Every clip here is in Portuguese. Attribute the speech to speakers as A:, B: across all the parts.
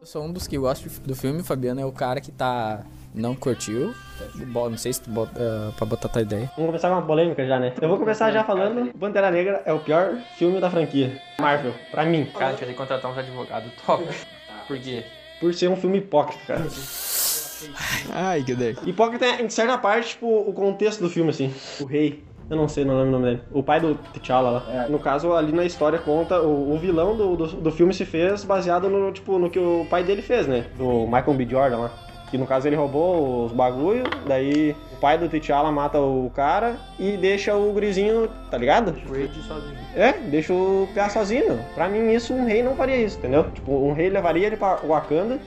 A: Eu sou um dos que gosto de- do filme, Fabiano é o cara que tá. Não curtiu. Bo- Não sei se tu bota, ah, pra botar tua ideia.
B: Vamos começar com uma polêmica já, né? Eu vou começar já falando: Pantera Negra é o pior filme da franquia. Marvel, pra mim,
C: Cara, tinha que contratar uns advogados top. Por quê?
B: por ser um filme hipócrita, cara.
A: Ai, que daí.
B: Hipócrita é, em certa parte, tipo, o contexto do filme, assim. O rei. Eu não sei não lembro o nome dele. O pai do T'Challa lá. No caso, ali na história conta, o, o vilão do, do, do filme se fez baseado no, tipo, no que o pai dele fez, né? Do Michael B. Jordan lá. Que no caso ele roubou os bagulho, daí o pai do T'Challa mata o cara e deixa o grisinho, tá ligado?
C: Rage sozinho.
B: É, deixa o PA sozinho. Pra mim, isso um rei não faria isso, entendeu? Tipo, um rei levaria ele pra Wakanda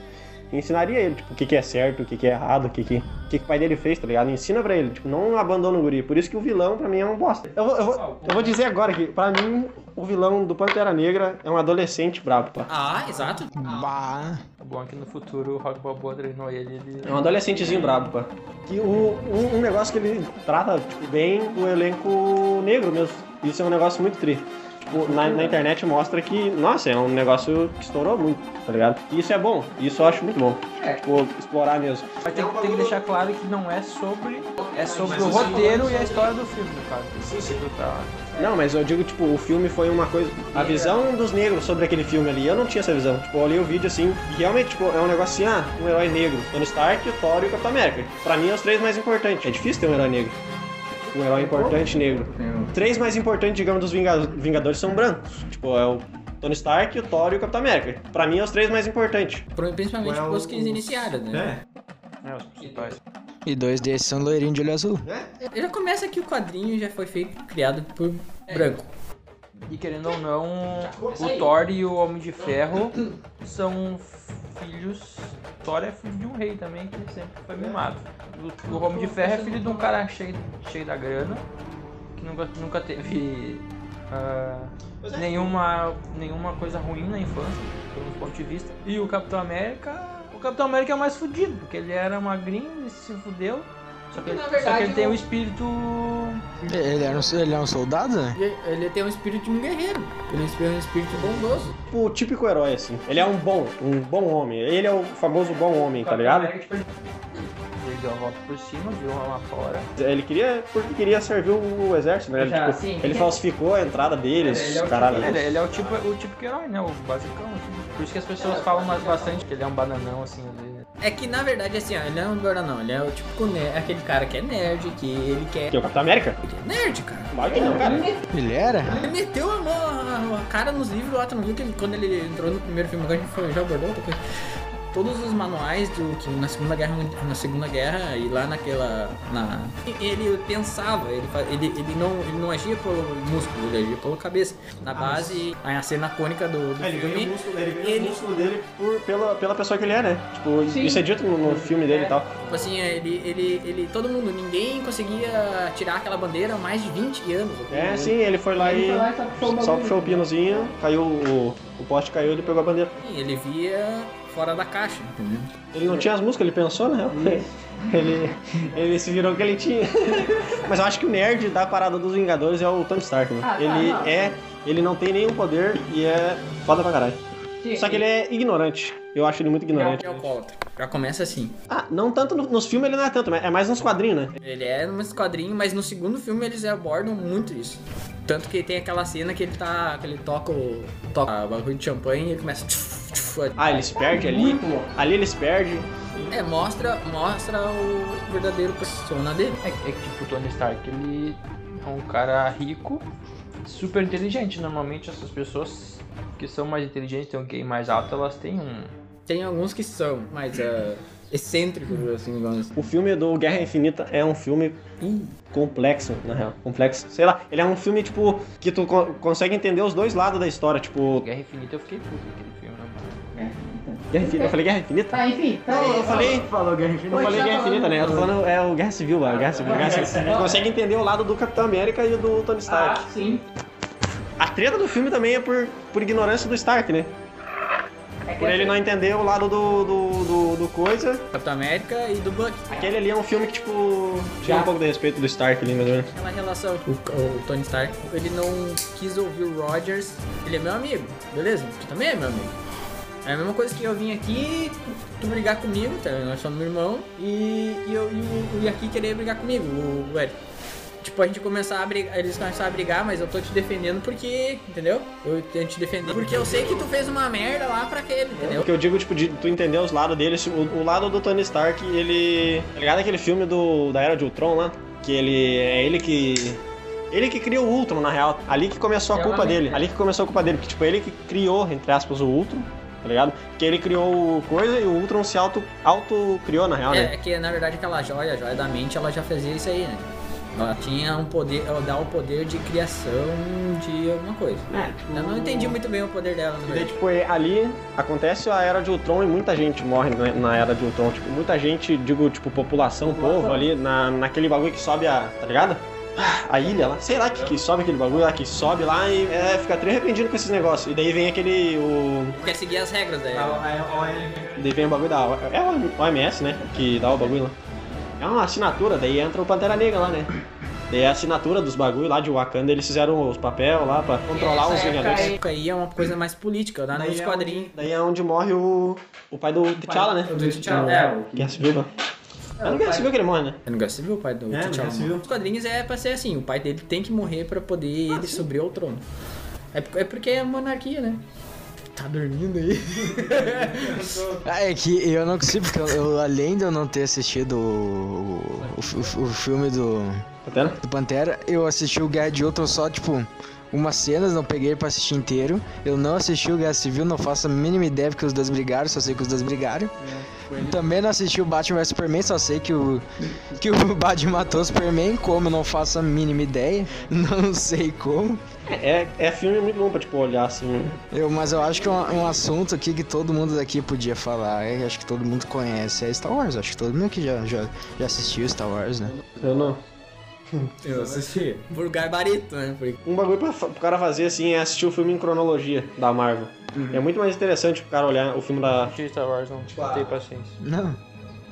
B: e ensinaria ele, tipo, o que, que é certo, o que, que é errado, o que, que, o que, que o pai dele fez, tá ligado? Ensina pra ele, tipo, não abandona o guri. Por isso que o vilão, pra mim, é um bosta. Eu vou, eu vou, eu vou dizer agora que, pra mim, o vilão do Pantera Negra é um adolescente brabo, tá?
A: Ah, exato.
D: Bah.
C: O bom é que no futuro o Rock Balboa treinou ele, ele...
B: É um adolescentezinho brabo, pá. Que o, um, um negócio que ele trata tipo, bem o elenco negro mesmo. Isso é um negócio muito tri. Tipo, na, na internet mostra que, nossa, é um negócio que estourou muito, tá ligado? E isso é bom, isso eu acho muito bom. Tipo, explorar mesmo.
C: Mas tem, que- tem que deixar claro que não é sobre... É sobre o roteiro e a história do filme, no caso. é tá, Sim, sim.
B: Não, mas eu digo, tipo, o filme foi uma coisa. A visão dos negros sobre aquele filme ali, eu não tinha essa visão. Tipo, eu olhei o vídeo assim, e realmente, tipo, é um negócio assim, ah, um herói negro. Tony Stark, o Thor e o Capitão América. Pra mim, é os três mais importantes. É difícil ter um herói negro. Um herói importante negro. Três mais importantes, digamos, dos Vinga- Vingadores são brancos. Tipo, é o Tony Stark, o Thor e o Capitão América. Pra mim, é os três mais importantes.
A: Principalmente os que iniciaram, né?
D: É.
C: É, os principais.
D: E dois desses são loirinho de olho azul.
A: É, Já começa que o quadrinho já foi feito, criado por branco.
C: E querendo ou não, o Thor e o Homem de Ferro são filhos... Thor é filho de um rei também, que sempre foi mimado. O, o Homem de Ferro é filho de um cara cheio, cheio da grana, que nunca, nunca teve ah, nenhuma, nenhuma coisa ruim na infância, por um ponto de vista. E o Capitão América... O Capitão América é mais fudido, porque ele era magrinho e se fudeu. Só que, ele- só que ele tem um espírito
D: Ele era um, ele é um soldado, né?
A: Ele, ele tem um espírito de um guerreiro. Ele é um espírito bondoso.
B: Tipo, o típico herói, assim. Ele é um bom, um bom homem. Ele é o famoso bom homem, tá
C: é
B: ligado?
C: Ele tipo, deu a volta por cima, virou uma lá fora.
B: Ele queria, porque queria servir o exército, né? Ele,
C: Já,
B: tipo, ele falsificou a entrada deles, caralho.
C: Ele, ele é o tipo, o tipo que herói, né? O basicão. assim. Por isso que as pessoas falam mais bastante que ele é um bananão, assim. Ele...
A: É que na verdade, assim, ó, ele não é um gordo, não. Ele é o tipo ne- aquele cara que é nerd, que ele quer.
B: Que é o Capitão América?
A: Ele é nerd, cara.
B: Claro que não, cara.
D: Ele era?
A: Ele meteu a, mão, a- a cara nos livros lá, tu não viu que ele- quando ele entrou no primeiro filme, agora a gente foi, já abordou outra coisa. Todos os manuais do que na Segunda Guerra, Mun- na Segunda Guerra e lá naquela. Na, ele pensava, ele, fa- ele, ele, não, ele não agia pelo músculo, ele agia pela cabeça. Na base, a cena cônica do, do
B: Ah, É, Ele ganha o
A: filme.
B: músculo, ele ganha
A: ganha o Ele-
B: o músculo dele por, pela, pela pessoa que ele é, né? Tipo, isso é dito no, no filme dele e tal.
A: Tipo assim, ele, ele, ele. Todo mundo, ninguém conseguia tirar aquela bandeira há mais de 20 anos.
B: É, sim, ele foi lá e só puxou o pinozinho, caiu o, o poste caiu, ele pegou a bandeira.
A: Ele via fora da caixa, entendeu?
B: Ele não tinha as músicas, ele pensou, né? Ele, ele se virou o que ele tinha. Mas eu acho que o nerd da parada dos Vingadores é o Tony Stark, né? ele é. Ele não tem nenhum poder e é foda pra caralho. Só que ele é ignorante. Eu acho ele muito ignorante.
A: É alcoólatra. Já começa assim.
B: Ah, não tanto no- nos filmes ele não é tanto, mas é mais nos quadrinhos, né?
A: Ele é num quadrinho, mas no segundo filme eles abordam muito isso. Tanto que tem aquela cena que ele tá. que ele toca o. toca o bagulho de champanhe e ele começa. tchuf, tchuf,
B: Ah, ele se perde ali. Ali ele se perde.
A: É, mostra, mostra o verdadeiro persona dele.
C: É, que- é que, tipo, o Tony Stark, ele é um cara rico, super inteligente. Normalmente essas pessoas que são mais inteligentes, têm um QI mais alto, elas têm um...
A: Tem alguns que são mais ah, excêntricos, assim, vamos dizer. assim.
B: O filme do Guerra Infinita é um filme complexo, na real. Complexo. Sei lá, ele é um filme, tipo, que tu co- consegue entender os dois lados da história. Tipo,
C: Guerra Infinita, eu fiquei puto com aquele filme, né? mano?
B: Guerra Infinita. Eu falei Guerra Infinita?
E: Tá, enfim. Tá
B: Não,
E: aí.
B: eu falei.
D: Falou, Guerra
B: Eu falei Guerra Infinita, né? Eu tô falando é o Guerra Civil, lá, o Guerra Civil, Guerra Civil. Tu consegue entender o lado do Capitão América e do Tony Stark.
E: Ah, Sim.
B: A treta do
E: É
B: filme também é por, por ignorância do Stark, né? Por ele não entender o lado do, do do, do coisa.
A: Capitão América e do Buck.
B: Aquele ali é um filme que, tipo, tira um pouco de respeito do Stark ali, mais ou menos.
A: Aquela relação. O, o Tony Stark, ele não quis ouvir o Rogers. Ele é meu amigo, beleza? Tu também é meu amigo. É a mesma coisa que eu vim aqui, tu brigar comigo, tá? nós somos irmão, e, e eu e o- e aqui querer brigar comigo, o, o Eric. Tipo, a gente começar a brigar, eles começaram a brigar, mas eu tô te defendendo porque, entendeu? Eu tenho te defender porque eu sei que tu fez uma merda lá pra aquele, entendeu?
B: O que eu digo, tipo, de tu entender os lados dele, se- o, o lado do Tony Stark, ele. Tá ligado aquele filme do, da Era de Ultron lá? Que ele. É ele que. Ele que criou o Ultron, na real. Ali que começou a
C: É
B: culpa
C: uma
B: dele.
C: merda.
B: Ali que começou a culpa dele. Porque, tipo, ele que criou, entre aspas, o Ultron, tá ligado? Que ele criou o coisa e o Ultron se auto, auto criou, na real,
A: É,
B: né?
A: é que na verdade aquela joia, a joia da mente, ela já fazia isso aí, né? Ela tinha um poder, ela dá o poder de criação de alguma coisa.
B: É, tipo,
A: Eu não entendi muito bem o poder dela, na
B: E daí,
A: verdade.
B: tipo, é- ali acontece a Era de Ultron e muita gente morre na- na Era de Ultron. Tipo, muita gente, digo, tipo, população, povo ali, na, naquele bagulho que sobe a... tá ligado? A ilha lá, sei lá que, que sobe aquele bagulho lá, que sobe lá e é, fica até arrependido com esses negócios. E daí vem aquele, o...
A: Quer seguir as regras daí.
B: Daí vem o bagulho da... É o OMS, né? Que dá o bagulho lá. É uma assinatura, daí entra o Pantera Negra lá, né? Daí a assinatura dos bagulhos lá de Wakanda, eles fizeram os papel lá pra controlar os Vingadores.
A: época aí é uma coisa mais política, lá nos quadrinhos.
B: Daí é onde morre o, o pai do T'Challa, né?
A: Do T'Challa. É, o
B: Guerra Civil, né? É no Guerra Civil que ele morre, né?
A: Eu não gosto de ver o pai do
B: É,
A: T'Challa.
B: não gosto de ver.
A: Os quadrinhos é pra ser assim, o pai dele tem que morrer pra poder ele subir ao trono. É, por- é porque é monarquia, né? Tá dormindo aí?
D: Ah, é que eu não consigo, porque eu, eu, além de eu não ter assistido o, o, fi- o filme do,
B: Pantera?
D: do Pantera, eu assisti o Guerra de Outro só, tipo, umas cenas, não peguei pra assistir inteiro. Eu não assisti o Guerra Civil, não faço a mínima ideia porque os dois brigaram, só sei que os dois brigaram. Também não assisti o Batman vs Superman, só sei que o, que o Batman matou o Superman, como eu não faço a mínima ideia, não sei como.
B: É, é filme muito bom pra, tipo, olhar assim.
D: Eu, mas eu acho que é um, um assunto aqui que todo mundo daqui podia falar. é, acho que todo mundo conhece. É Star Wars. Acho que todo mundo que já, já, já assistiu Star Wars, né?
B: Eu não.
A: Eu assisti. Vulgar barito, né? Porque
B: Um bagulho pra, fa- pro cara fazer, assim, é assistir o filme em cronologia da Marvel.
A: Uhum.
B: É muito mais interessante pro cara olhar o filme da...
C: Assisti Star Wars, não, não tenho paciência.
D: Não.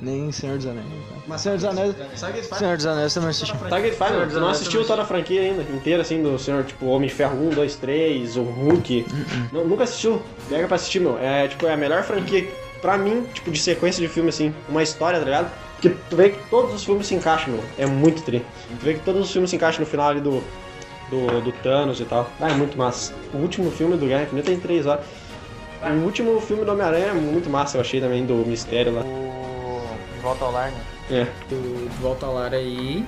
D: Nem Senhor dos Anéis. né? Mas Senhor dos Anéis.
E: Sabe o que eles fazem?
D: Senhor dos Anéis você não assistiu.
B: Target 5, mano. Tu não assistiu toda a franquia ainda, inteira, assim, do senhor, tipo, Homem de Ferro 1, 2, 3, o Hulk. Não, nunca assistiu. Pega pra assistir, meu. É, tipo, é a melhor franquia, pra mim, tipo, de sequência de filme, assim. Uma história, tá ligado? Porque tu vê que todos os filmes se encaixam, meu. É muito tri. Tu vê que todos os filmes se encaixam no final ali do... Do, do Thanos e tal. Ah, é muito massa. O último filme do Guerra Infinita tem 3 horas. O último filme do Homem-Aranha é muito massa, eu achei também, do Mistério lá.
C: O... De volta ao lar, né?
B: É.
A: do de Volta ao Lar aí.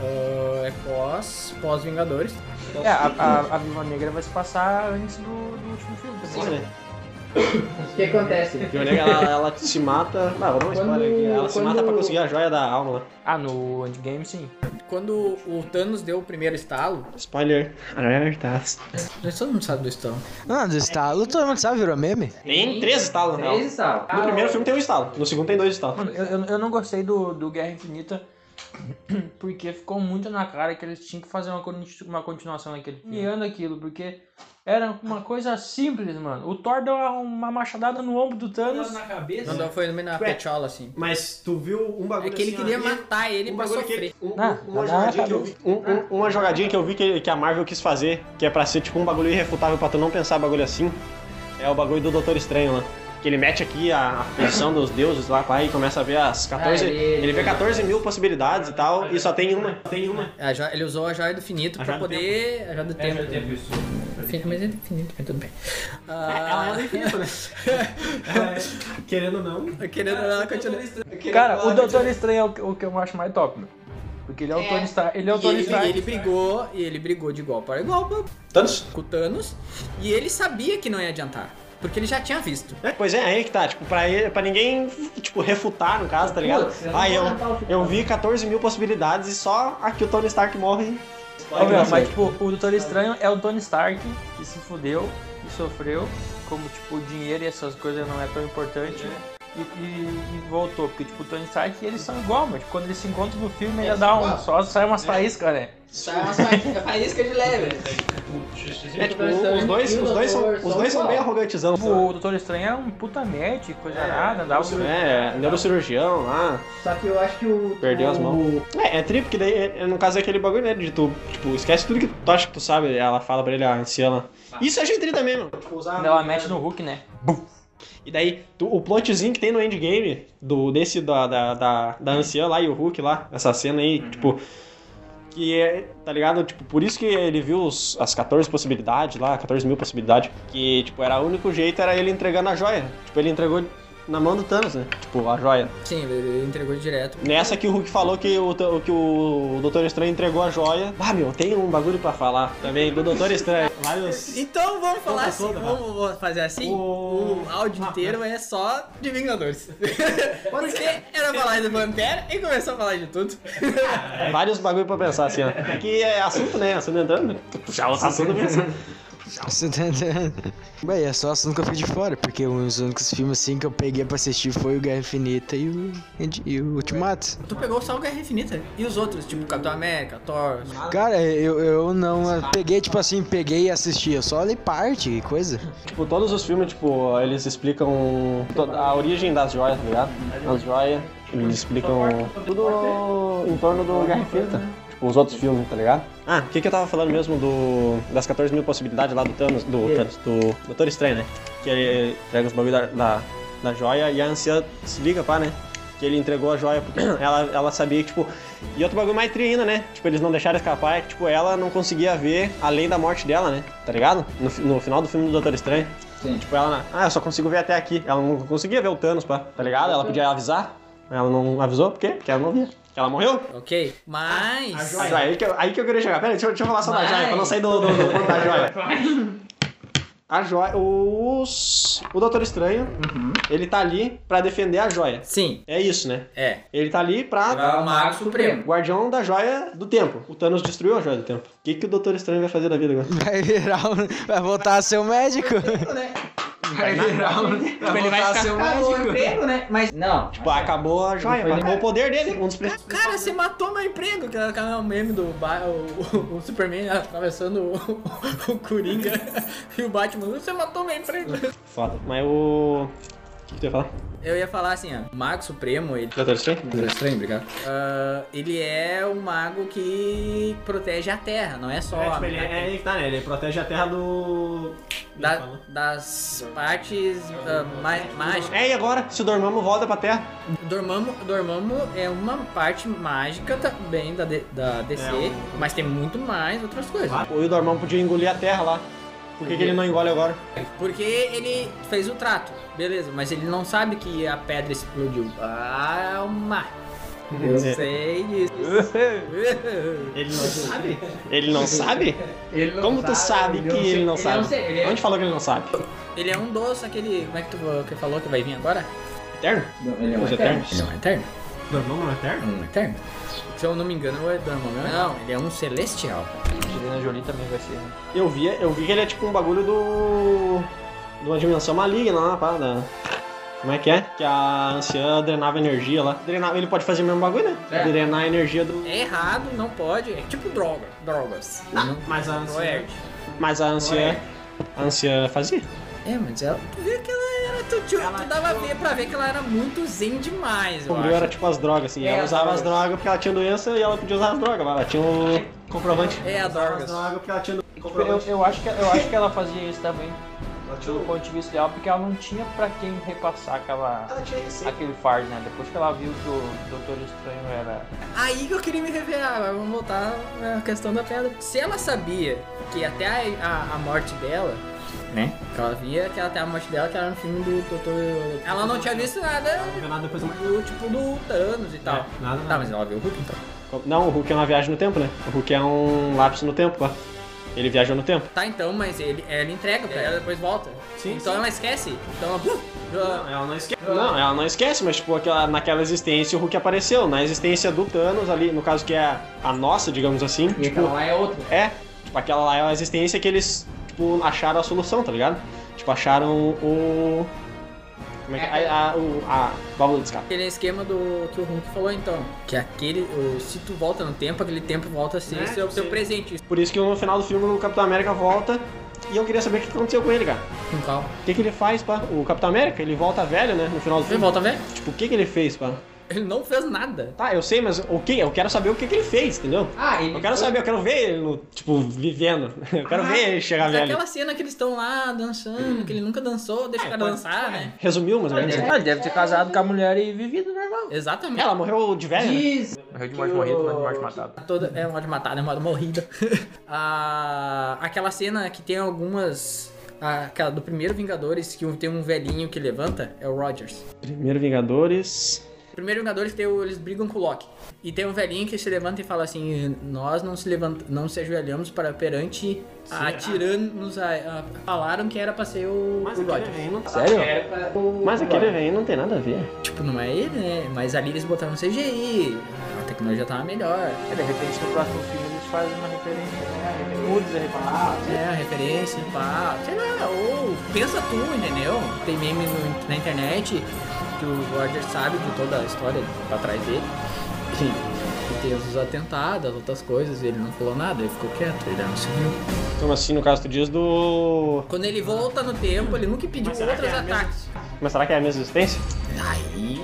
A: ah, é pós, pós-Vingadores.
C: É, a, a, a Viva Negra vai se passar antes do, do último filme. tá
B: Sim,
C: bom?
B: né?
F: O que acontece?
B: Viu, nega? Ela, ela se mata. Ah, vou dar uma spoiler aqui. Ela se
F: quando-
B: mata pra conseguir a joia da alma. né?
C: Ah, no Endgame sim.
A: Quando o Thanos deu o primeiro estalo.
B: Spoiler. Alertas.
A: Todo mundo sabe do estalo.
D: Não, do estalo todo mundo sabe, virou meme.
B: Tem três estalos, na real.
F: Três estalos.
B: No primeiro filme tem um estalo, no segundo tem dois estalos.
C: Mano, eu, eu, eu não gostei do, do Guerra Infinita porque ficou muito na cara que eles tinham que fazer uma, con- uma continuação daquele filme. E anda aquilo, porque era uma coisa simples, mano. O Thor deu uma, uma machadada no ombro do Thanos.
E: na cabeça.
A: Quando foi no meio da pechola, assim.
E: Mas tu viu um
A: É
E: bagulho
A: que ele
E: assim,
A: queria
E: ó,
A: matar ele
E: um
A: pra
E: bagulho que
A: sofrer.
E: ele- um-
C: Ah,
E: uma
C: tá
E: jogadinha
C: na
E: que eu vi. É.
B: Um- um- uma jogadinha que eu vi que, que a Marvel quis fazer, que é pra ser tipo um bagulho irrefutável pra tu não pensar bagulho assim, é o bagulho do Doutor Estranho lá. Que ele mete aqui a, a posição dos deuses lá, pai, e começa a ver as 14.
F: Ah,
B: ele,
F: ele-
B: vê 14 mil possibilidades e tal, e só tem uma. Tem uma.
A: A joia- ele usou a joia do finito
B: A
A: pra
B: joia do
A: poder. A joia do tempo. Fin- Mas é do finito, mas tudo bem. Ah,
E: Ela é infinita, né? Ela é- Querendo ou não.
A: Querendo ou não, ela continua.
C: Cara, o Doutor Estranho é o, que- o que eu acho mais top, mano. Porque ele é o Tony Stark. Ele é o
A: E
C: Tony
A: ele,
C: Stark.
A: ele brigou, e ele brigou de igual para igual
B: Tantos?
A: com o Thanos. E ele sabia que não ia adiantar. Porque ele já tinha visto.
B: É, pois é, aí que tá, tipo, pra, ele, pra ninguém, tipo, refutar, no caso, tá ligado? Ah, eu, eu vi 14 mil possibilidades e só aqui o Tony Stark morre.
C: Ô, meu, mas tipo, o Doutor Estranho é o Tony Stark que se fudeu e sofreu. Como tipo, o dinheiro e essas coisas não é tão importante. e, e- e voltou. Porque, tipo, o Tony Stark e eles são igual, mas tipo, quando eles se encontram no filme, ainda dá um. Só sai umas faíscas, né?
F: Sai uma faísca- faísca de leve.
B: É, tipo, os dois, os dois, são, os dois são bem arrogantizão.
C: Tipo, o Doutor Estranho é um puta nerd, coisa nada, um, andava por-
B: É, neurocirurgião lá.
F: Só que eu acho que o.
B: Perdeu as mãos. É, é tri, porque daí, é- é- no caso, é aquele bagulho, né? De tu, tipo, esquece tudo que tu acha que tu sabe. Ela fala pra ele, ah, anciana. Isso eu achei tri também, mano. Tipo, usar-
C: Quando ela mexe no Hulk, né?
B: E daí, tu- o plotzinho que tem no endgame, do, desse da, da, da, da anciã lá e o Hulk lá, essa cena aí,
F: Uhum.
B: tipo. Que é, tá ligado? Tipo, por isso que ele viu os- as 14 possibilidades lá, 14 mil possibilidades. Que, tipo, era o único jeito era ele entregando a joia. Tipo, ele entregou na mão do Thanos, né? Tipo, a joia.
A: Sim, ele entregou direto.
B: Nessa que o Hulk falou que o, t- que o Doutor Estranho entregou a joia. Ah, meu, tem um bagulho pra falar também do Doutor Estranho. Vários.
A: Então vamos falar assim,
E: solta, vai.
A: vamos vamos fazer assim?
E: O-
A: O áudio
E: Ah,
A: inteiro é só de Vingadores. Porque era falar de Pantera e começou a falar de tudo.
B: Vários bagulho pra pensar, assim, ó. Que é assunto, né? Assunto entrando. Puxar outro é um assunto mesmo.
D: Você tá entendendo? Bem, é só assunto que eu fui de fora, porque os únicos filmes assim que eu peguei pra assistir foi o Guerra Infinita e o, End- e o Ultimato.
A: Tu pegou só o Guerra Infinita e os outros, tipo Capitão América, Thor.
D: Cara, eu, eu não eu peguei, tipo assim, peguei e assisti, eu só olhei parte e coisa.
B: Tipo, todos os filmes, tipo, eles explicam toda a origem das joias, tá ligado? As joias, eles explicam tudo em torno do Guerra Infinita. Tipo, os outros filmes, tá ligado? Ah, o que, que eu tava falando mesmo do das 14 mil possibilidades lá do Thanos, do Thanos, do Doutor Estranho, né? Que ele entrega os bagulho da, da, da joia e a anciã se liga, pá, né? Que ele entregou a joia, porque ela, ela sabia que, tipo. E outro bagulho mais tri ainda, né? Tipo, eles não deixaram escapar, é que, tipo, ela não conseguia ver além da morte dela, né? Tá ligado? No, fi- no final do filme do Doutor Estranho. Tipo, ela, na- ah, eu só consigo ver até aqui. Ela não conseguia ver o Thanos, pá, tá ligado? Ela podia avisar, ela não avisou, por quê? Porque ela não via. Ela morreu?
A: Ok, mas.
B: A joia, aí que eu, aí que eu queria chegar. Pera, aí, deixa, eu- deixa eu falar só da joia, pra não sair do, do, do ponto da joia. A joia, os, o Doutor Estranho, ele tá ali pra defender a joia.
A: Sim,
B: É isso, né?
A: é.
B: Ele tá ali pra...
A: Pra o Mago Supremo.
B: Guardião da joia do tempo. O Thanos destruiu a joia do tempo. O que, que o Doutor Estranho vai fazer da vida agora?
D: Vai virar, um- vai voltar a ser um médico.
F: Vai virar um. Ele vai ficar acabou o emprego, né? Mas não.
B: Tipo, acabou a joia, acabou o poder dele. Um dos prin-
A: Cara, você matou meu emprego, que é o meme do ba o, o- o Superman atravessando o, o Coringa e o Batman. Você matou meu emprego.
B: Foda. Mas o... O que, que tu ia falar?
A: Eu ia falar assim, ó, o Mago Supremo, ele
B: Doutor Estranho?
A: Doutor Estranho, obrigado. ele é um mago que protege a Terra, não é só
E: É,
A: a-
E: tipo, ele é, é, aí que tá, né? Ele protege a terra do.
A: da-
E: Ele fala.
A: das partes ah, ma- mágicas.
B: É, e agora? Se o Dormammu volta pra Terra?
A: Dormammu, Dormammu é uma parte mágica também da, D- da DC,
E: É, um-
A: mas tem muito mais outras coisas.
B: O Dormammu podia engolir a Terra lá. Por que, que ele não engole agora?
A: Porque ele fez o trato, beleza, mas ele não sabe que a pedra explodiu. Calma! Eu sei disso.
E: Ele não sabe?
B: Ele não sabe?
F: Ele não
B: Como tu sabe que ele não
F: Ele
B: sabe?
F: não sei. Ele é-
B: Onde falou que ele não sabe?
A: ele é um doce, aquele. Como é que tu que falou que vai vir agora?
B: Eterno?
F: Ele é um
B: Os
F: eterno.
B: Eternos?
A: Ele é um eterno.
E: Dormão não é eterno?
A: Um eterno? Se eu não me engano, é Dormammu. Não, ele é um celestial.
C: Angelina Jolie também vai ser. né?
B: Eu vi, eu vi que ele é tipo um bagulho do. de uma dimensão maligna lá, parada. Como é que é? Que a anciã drenava energia lá. Drenava, ele pode fazer o mesmo bagulho, né?
F: É.
B: Drenar a energia do.
A: É errado, não pode. É tipo droga. Drogas. Não,
E: Mas a
A: não é.
B: Mas a anciã. A anciã fazia.
A: É, mas ela. Tu vê que ela era. Tu, tu, tu dava ver pra ver que ela era muito zen demais, eu
B: O meu
A: acho.
B: era tipo as drogas, assim.
F: É,
B: Ela
F: as
B: usava as
F: drogas.
B: drogas porque ela tinha doença e ela podia usar as drogas, mas ela tinha o comprovante.
A: É a drogas.
E: droga porque ela tinha no
C: Tipo, Eu,
E: comprovante.
C: eu, acho que, eu acho que ela fazia isso também,
E: Ela tinha
C: pelo
E: no-
C: ponto de vista dela, porque ela não tinha pra quem repassar aquela.
E: Ela tinha isso.
C: aquele fardo, né? Depois que ela viu que o Doutor Estranho era.
A: Aí que eu queria me reverar, agora vamos voltar à questão da pedra. Se ela sabia que até a, a- a morte dela, né? Que ela via que até a morte dela, que era no filme do Doutor. Ela não tinha visto nada
E: Não vê nada depois do
A: do tipo do Thanos e tal.
E: É, nada,
A: Tá,
E: nada.
A: mas ela viu o Hulk então.
B: Não, o Hulk é uma viagem no tempo, né? O Hulk é um lápis no tempo, ó. Ele viajou no tempo.
A: Tá então, mas ele, ela entrega pra ela depois volta.
E: Sim,
A: então
E: sim.
A: ela esquece. Então ela.
E: Não, ela não esquece.
B: Não, ela não esquece, mas tipo, aquela, naquela existência o Hulk apareceu. Na existência do Thanos ali, no caso que é a, a nossa, digamos assim,
F: E
B: tipo,
A: então,
F: aquela lá é outra.
B: é. Tipo, aquela lá é a existência que eles, tipo, acharam a solução, tá ligado? Tipo, acharam o. Como Como é que é? A, a, o- a válvula de escape.
A: Aquele esquema do que o Hulk falou então. Que aquele. o- se tu volta no tempo, aquele tempo volta a ser
E: Né?
A: seu, seu
E: Sim.
A: presente.
B: Por isso que no final do filme o Capitão América volta e eu queria saber o que aconteceu com ele, cara.
A: Com calma.
B: O que, que ele faz, pá? O Capitão América, ele volta velho, né? No final do
A: Você
B: filme.
A: volta, velho?
B: Tipo, o que, que ele fez, pá?
A: Ele não fez nada.
B: Tá, eu sei, mas o que? Eu quero saber o que, que ele fez, entendeu?
F: Ah, ele
B: Eu quero
F: foi-
B: saber, eu quero ver ele, no- tipo, vivendo. Eu quero
F: Ah,
B: ver ele chegar
A: Mas
B: velho.
A: aquela cena que eles estão lá dançando, que ele nunca dançou, deixa o cara dançar, né?
B: Resumiu, mas menos.
C: Ah, ele deve ter casado com a mulher e vivido normal.
A: Exatamente.
B: Ela morreu de velha, né?
F: Diz.
C: Morreu de morte morrido, mas de morte matado.
A: Toda, é uma de matar, né? Uma morrida. Ah, aquela cena que tem algumas. ah, Aquela do primeiro Vingadores, que tem um velhinho que levanta, é o Rogers.
B: Primeiro Vingadores.
A: Primeiro Vingadores tem o- eles brigam com o Loki. E tem um velhinho que se levanta e fala assim: Nós não se levant... não se ajoelhamos para perante a tiranos. a- a- Falaram que era pra ser o, o Rogers.
B: Sério?
F: tá- Era pra- um
B: Mas aquele velho não tem nada a ver.
A: Tipo, não é ele, né? Mas ali eles botaram CGI, a tecnologia tava melhor.
C: É, de repente no próximo filme eles fazem uma referência. né? Ele muda de repente.
A: É, a referência, pá, sei lá, ou pensa tu, entendeu? Tem meme no- na internet que o Roger sabe de toda a história pra trás dele. Que, que tem os atentados, as outras coisas, e ele não falou nada, ele ficou quieto, ele não se viu.
B: Então, assim, no caso, tu diz do.
A: Quando ele volta no tempo, ele nunca pediu outros ataques.
B: Mas será que é a mesma existência?
A: Aí,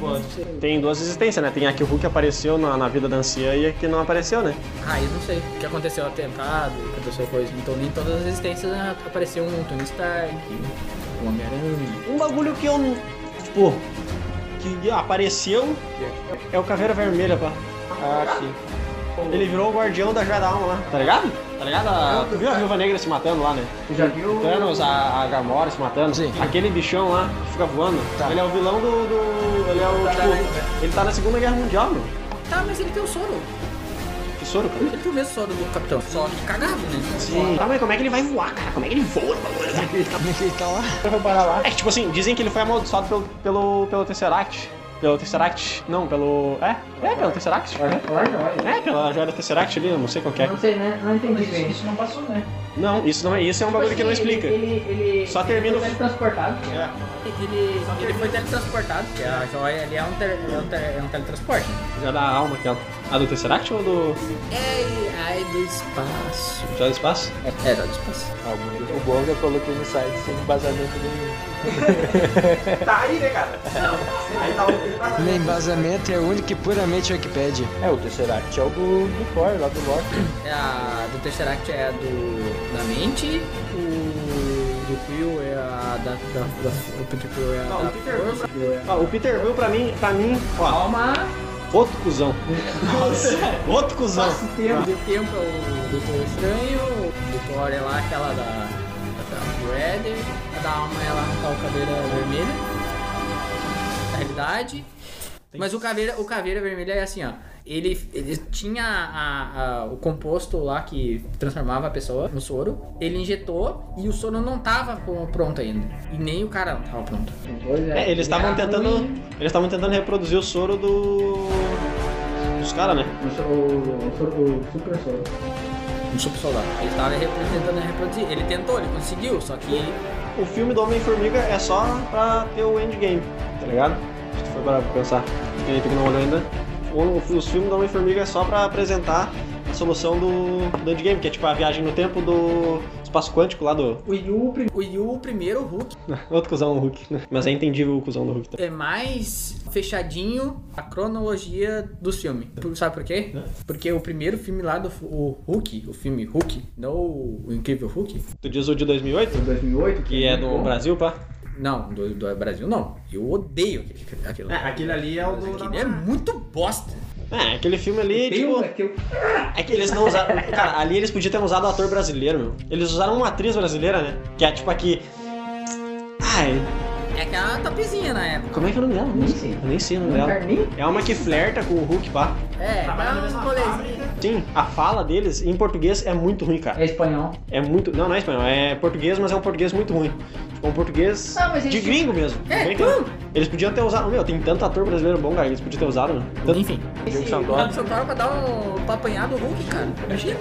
B: Tem duas existências, né? Tem a que o Hulk apareceu na, na vida da anciã e a que não apareceu, né?
A: aí não sei, o que aconteceu atentado, o que aconteceu coisa, então nem todas as existências ah, apareceu um Tony Stark, um Homem-Aranha.
B: Um bagulho que eu. Tipo. Que apareceu é o Caveira Vermelha, pá. Aqui. Ele virou o guardião da joia da alma lá, tá ligado? Tá ligado? A- Tu viu a Viúva Negra se matando lá, né?
F: Já viu?
B: Thanos, a, a Gamora se matando.
D: Sim.
B: Aquele bichão lá que fica voando.
D: Tá.
B: Ele é o vilão do. do- ele é o. Tipo, ele tá na Segunda Guerra Mundial, meu.
A: Tá, mas ele tem o soro.
B: Que soro, cara.
A: Ele tem o mesmo soro do Capitão, só que cagado, né?
B: Tá, mas como é que ele vai voar, cara? Como é que ele voa? no bagulho, velho?
D: Como é que ele tá lá?
B: É que, tipo assim, dizem que ele foi amaldiçoado pelo, pelo, pelo Tesseract. Pelo Tesseract. Não, pelo. É? É, pelo Tesseract? É, é pela joia do Tesseract ali, eu não sei qual que é.
F: Não sei, né? Não entendi
G: Mas
F: bem.
G: isso não passou, né?
B: Não, isso não é. Isso é um bagulho que não
F: Ele-
B: explica.
F: Ele, ele,
B: Só termina o- É.
F: ele foi transportado.
A: Ele, ele foi teletransportado, porque a joia ali é um, tele- é um tele- é um teletransporte.
B: Já dá a alma aquela. A do Tesseract ou do.
A: Ei, ai É, do espaço.
B: Já do espaço?
A: É, do espaço.
C: Ah, O bom que eu coloquei no site sem embasamento nenhum.
G: Tá aí, né, cara? Não. Aí tá o.
D: Meu embasamento é único e puramente Wikipedia.
C: É, o Tesseract é o do, do Thor, lá do Loki.
A: É a do Tesseract é a do da mente, o do Quill é a da, da, da- o Peter Quill é a da força.
B: Ó, o Peter Will pra mim, pra mim, ó. Alma. Outro cuzão. Nossa, outro cuzão.
A: O do tempo é o Doutor Estranho, o do Thor é lá aquela da da Redder, a da alma é lá tá o caveira vermelha. Na realidade. Mas o caveira, o caveira vermelha é assim, ó. Ele, ele tinha a- a- o composto lá que transformava a pessoa no soro. Ele injetou e o soro não tava pro- pronto ainda. E nem o cara não tava pronto.
B: É, eles estavam tentando. Eles estavam tentando reproduzir o soro do. Dos caras, né?
A: Um super soldado. Ele tava repro- tentando reproduzir. Ele tentou, ele conseguiu, só que
B: O filme do Homem-Formiga é só pra ter o endgame, tá ligado? Se tu for parar pra pensar, tem gente que não olhou ainda. O- o- Os filmes do Homem-Formiga é só pra apresentar a solução do, do endgame, que é tipo a viagem no tempo do espaço quântico lá do.
F: O Yu, o primeiro.
A: o Yu, o primeiro Hulk,
B: Outro cuzão do Hulk, né? Mas é entendível o cuzão do Hulk também.
A: é mais fechadinho a cronologia dos filmes.
E: Tá.
A: Por- Sabe por quê?
E: Né?
A: Porque o primeiro filme lá do o Hulk, o filme Hulk, não o Incrível Hulk,
B: Tu diz o de 2008,
G: 2008,
B: que é do Brasil, pá?
A: não, do, do Brasil não. Eu odeio aquele, filme- aquilo.
E: É, aquele ali é o do.
A: Aquele é muito bosta.
B: É, aquele filme ali,
F: Tem
B: tipo.
F: um que eu
B: É que eles não usaram. Cara, ali eles podiam ter usado um ator brasileiro, meu. Eles usaram uma atriz brasileira, né? Que é tipo aqui. Ai,
A: É aquela topzinha na época.
B: Como é que é o nome dela?
F: Nem sei.
B: Eu nem sei o nome
F: não
B: dela.
F: quero nem.
B: É uma que flerta com o Hulk, pá.
A: É, dá uns rolezinhos.
B: Sim, a fala deles em português é muito ruim, cara.
F: É espanhol.
B: É muito. Não, não é espanhol, é português, mas é um português muito ruim. Tipo, um português
F: Ah, mas
B: de
F: eles-
B: gringo mesmo.
A: É,
B: Bem que- Eles podiam ter usado. Meu, tem tanto ator brasileiro bom, cara, eles podiam ter usado, né? Tanto-
A: Enfim,
C: Diego
A: Não,
C: Santos.
A: só pra dar um pra apanhar do Hulk, cara. Imagina.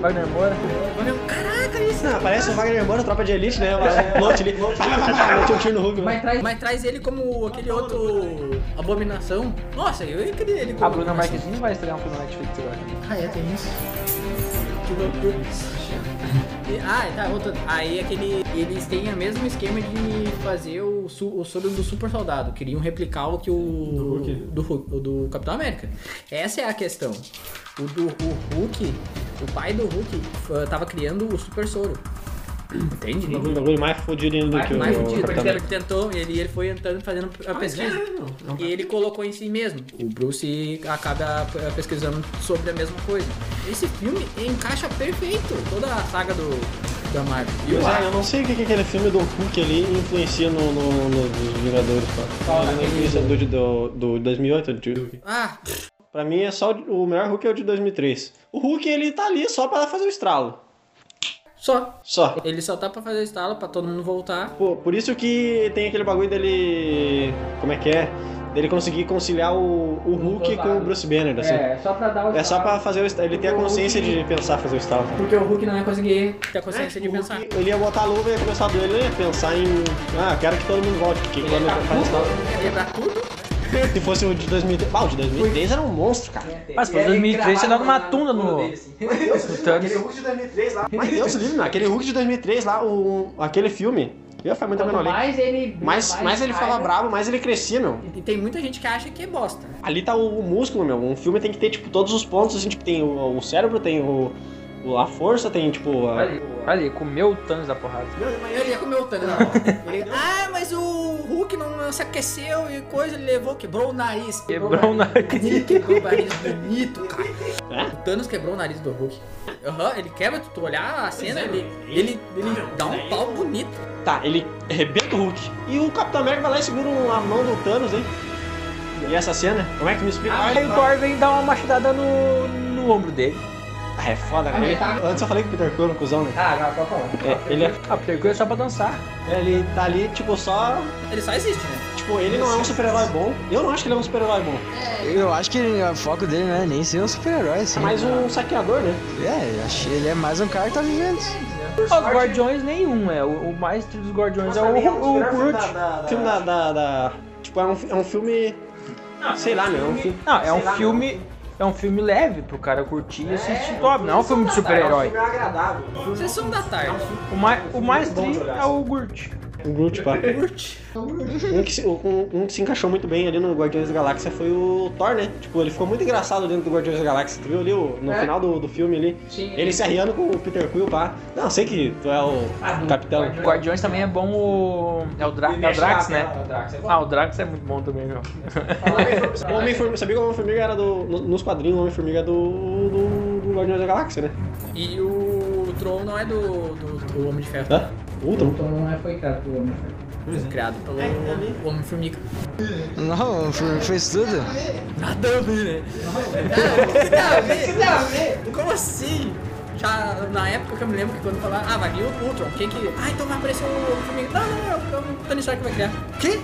C: Wagner Moura.
A: Olha, Caraca, isso.
B: Ah, parece o Wagner Moura, tropa de elite, né? Lá, Lote ali. Mete um tiro no Hulk, né?
F: Mas traz.
A: Mas traz ele como aquele outro abominação. Nossa, eu queria ele como
C: A Bruna
A: abominação.
C: Marquezine vai estrear um filme na Netflix agora.
A: Ah, é, tem isso. Que loucura. E- Ah, tá, voltando. Aí aquele. Eles têm o mesmo esquema de fazer o, su- o soro do super soldado. Queriam replicar o que o. Do
E: Hulk.
A: Do, Hulk- o do Capitão América. Essa é a questão. O do o Hulk, o pai do Hulk, ah, tava criando o super soro. Entende?
B: Um bagulho mais fodido ainda do que o.
A: Mais fudido,
B: Capitão
A: porque
B: América.
A: ele tentou, ele, ele foi entrando fazendo
C: Ah,
A: a pesquisa.
C: é,
A: E ele colocou em si mesmo. O Bruce acaba eh, pesquisando sobre a mesma coisa. Esse filme encaixa perfeito toda a saga do, da Marvel. Ah,
B: Pois é, eu não sei o que, que aquele filme do Hulk ali influencia no, no, no- nos Vingadores, cara. Não influencia do, de- do, do 2008, de-
A: Ah,
B: pra mim é só o, o melhor Hulk é o de 2003. O Hulk, ele tá ali só pra fazer o estralo.
A: só.
B: Só.
A: Ele só tá pra fazer estalo pra todo mundo voltar.
B: Pô, por isso que tem aquele bagulho dele... Como é que é? Dele conseguir conciliar o, o Hulk com o Bruce Banner, assim.
F: É, só pra dar o.
B: É só pra fazer o estralo. Ele tem a consciência de pensar fazer o estralo.
A: Porque o Hulk não ia conseguir ter
C: É,
A: a consciência de
B: O
A: pensar.
B: Hulk, ele ia botar a luva e ia começar a doer, ele não ia pensar em... Ah, eu quero que todo mundo volte, porque quando faz estralo...
A: Ia dar tudo.
B: Se fosse o de 2003. Ah, o de 2003 era um monstro, cara.
C: Mas pô, 2003 você dá uma tunda no.
G: Meu
A: assim.
G: Deus,
C: O
G: aquele
C: Thanos.
G: Hulk de 2003 lá.
B: Mas Deus livre, meu. Aquele Hulk de 2003 lá, o, aquele filme. Eu faz muito menor ali.
F: mais ele.
B: Mais, mais ele fala brabo, mais ele crescia, meu.
A: E tem muita gente que acha que é bosta.
B: Ali tá o, o músculo, meu. Um filme tem que ter, tipo, todos os pontos. Assim, tipo, tem o, o cérebro, tem o, o- a força, tem, tipo. a-
C: Olha aí, olha aí, comeu o Thanos da porrada.
A: Ele ia comer o Thanos. Ele- Ah, mas o Hulk não se aqueceu e coisa, ele levou, quebrou o nariz.
C: Quebrou o nariz.
A: Ele quebrou o nariz bonito,
F: É?
A: cara. O Thanos quebrou o nariz do Hulk. Aham, ele quebra, tu tu olhar a
F: é.
A: cena, ele, ele, ele
F: Ah,
A: dá um pau bonito.
B: Tá, ele arrebenta o Hulk. E o Capitão América vai lá e segura um- a mão do Thanos, hein? E essa cena? Como é que tu me
F: Ah,
B: explica?
C: Aí
F: tá.
C: o Thor vem dar uma machadada no, no ombro dele.
B: Ah, é foda,
F: Tá
B: né? Antes eu falei que o Peter Quill é um cuzão, né?
F: Ah, não, pode falar.
B: É, ele, é-
C: Ah, porque ele é só pra dançar.
B: ele tá ali, tipo, só
A: Ele só existe, né?
B: Tipo, ele não é um super-herói bom. Eu não acho que ele é um super-herói bom.
D: Eu acho que ele- o foco dele não é nem ser um super-herói, assim.
B: É mais um saqueador, né?
D: É, eu acho que ele é mais um cara que tá vivendo.
C: Os Guardiões nenhum, é. O, o maestro dos Guardiões é
G: Pra
C: o,
G: mim, é um dos
C: o,
G: melhores filmes
C: Groot.
G: da- da-
B: O filme da. da- da- tipo, é um, é um filme. sei lá, meu. É um filme.
C: Não, é
G: Sei
C: um
G: lá,
C: filme. É um filme leve pro cara curtir e assistir top. Não é um filme de
G: É um
C: super-herói.
G: filme agradável.
A: Sessão da tarde.
C: O, ma o maestro é o Groot.
B: Um Groot, pá.
A: Curte.
B: Um que, se, um, um que se encaixou muito bem ali no Guardiões da Galáxia foi o Thor, né? Tipo, ele ficou muito engraçado dentro do Guardiões da Galáxia. Tu viu ali o- no final do, do filme ali?
F: Sim.
B: Ele se arriando com o Peter Quill, pá. Não, eu sei que tu é o capitão.
C: O Guardiões também é bom o. É o, Dra
G: Ele
C: é o
G: mexe
C: Drax,
G: na
C: né?
G: tela, o Drax, é bom.
C: Ah, o Drax é muito bom também, meu.
B: O Homem-Formiga, sabia que o Homem-Formiga era do. no- Nos quadrinhos, o Homem-Formiga é do, do, do Guardiões da Galáxia, né?
A: E o Tron não é do, do, do Homem de Ferro.
B: Hã? Ultron.
F: Então não é foi criado pelo homem. É,
A: Criado pelo
F: tá
A: Homem-Formiga.
D: Não, o filme fez tudo.
A: Nada a ver, né? Nada a ver. Nada a ver. Como assim? Já na época que eu me lembro que quando falava, ah, vai vir o Ultron, quem que. Ah, então vai aparecer o Homem-Formiga. Não, não, não, é o Tony Stark que vai criar. Quê?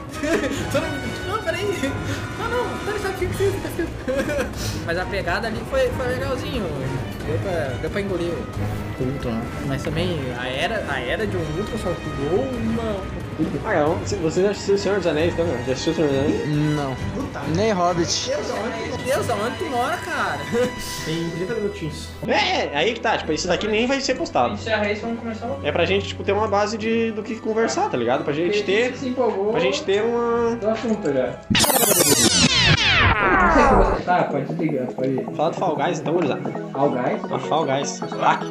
A: Todo mundo, não, peraí. Não, não, Tony Stark fica frio, fica frio. Mas a pegada ali foi, foi legalzinho. Deu pra, deu pra engolir o Ultron. Mas também a era, a era de um Ultron só pulou uma.
B: Ah, cara, você já assistiu O Senhor dos Anéis, então, cara? Já assistiu O Senhor dos Anéis?
D: Não. Nem Hobbit.
A: Meu Deus, é da onde tu mora, cara?
E: Tem 30 minutinhos.
B: É, é, aí que tá, tipo, isso daqui nem vai ser postado.
F: Encerra isso, vamos começar logo.
B: É pra gente, tipo, ter uma base de, do que conversar, tá ligado? Pra gente ter.
F: Se empolgou.
B: Pra gente ter uma.
F: do assunto já. Não sei como você tá, pode desligar, pode ir.
B: Falar do Fall Guys, então, gurizada.
F: All guys?
B: Uma Fall Guys. Crack.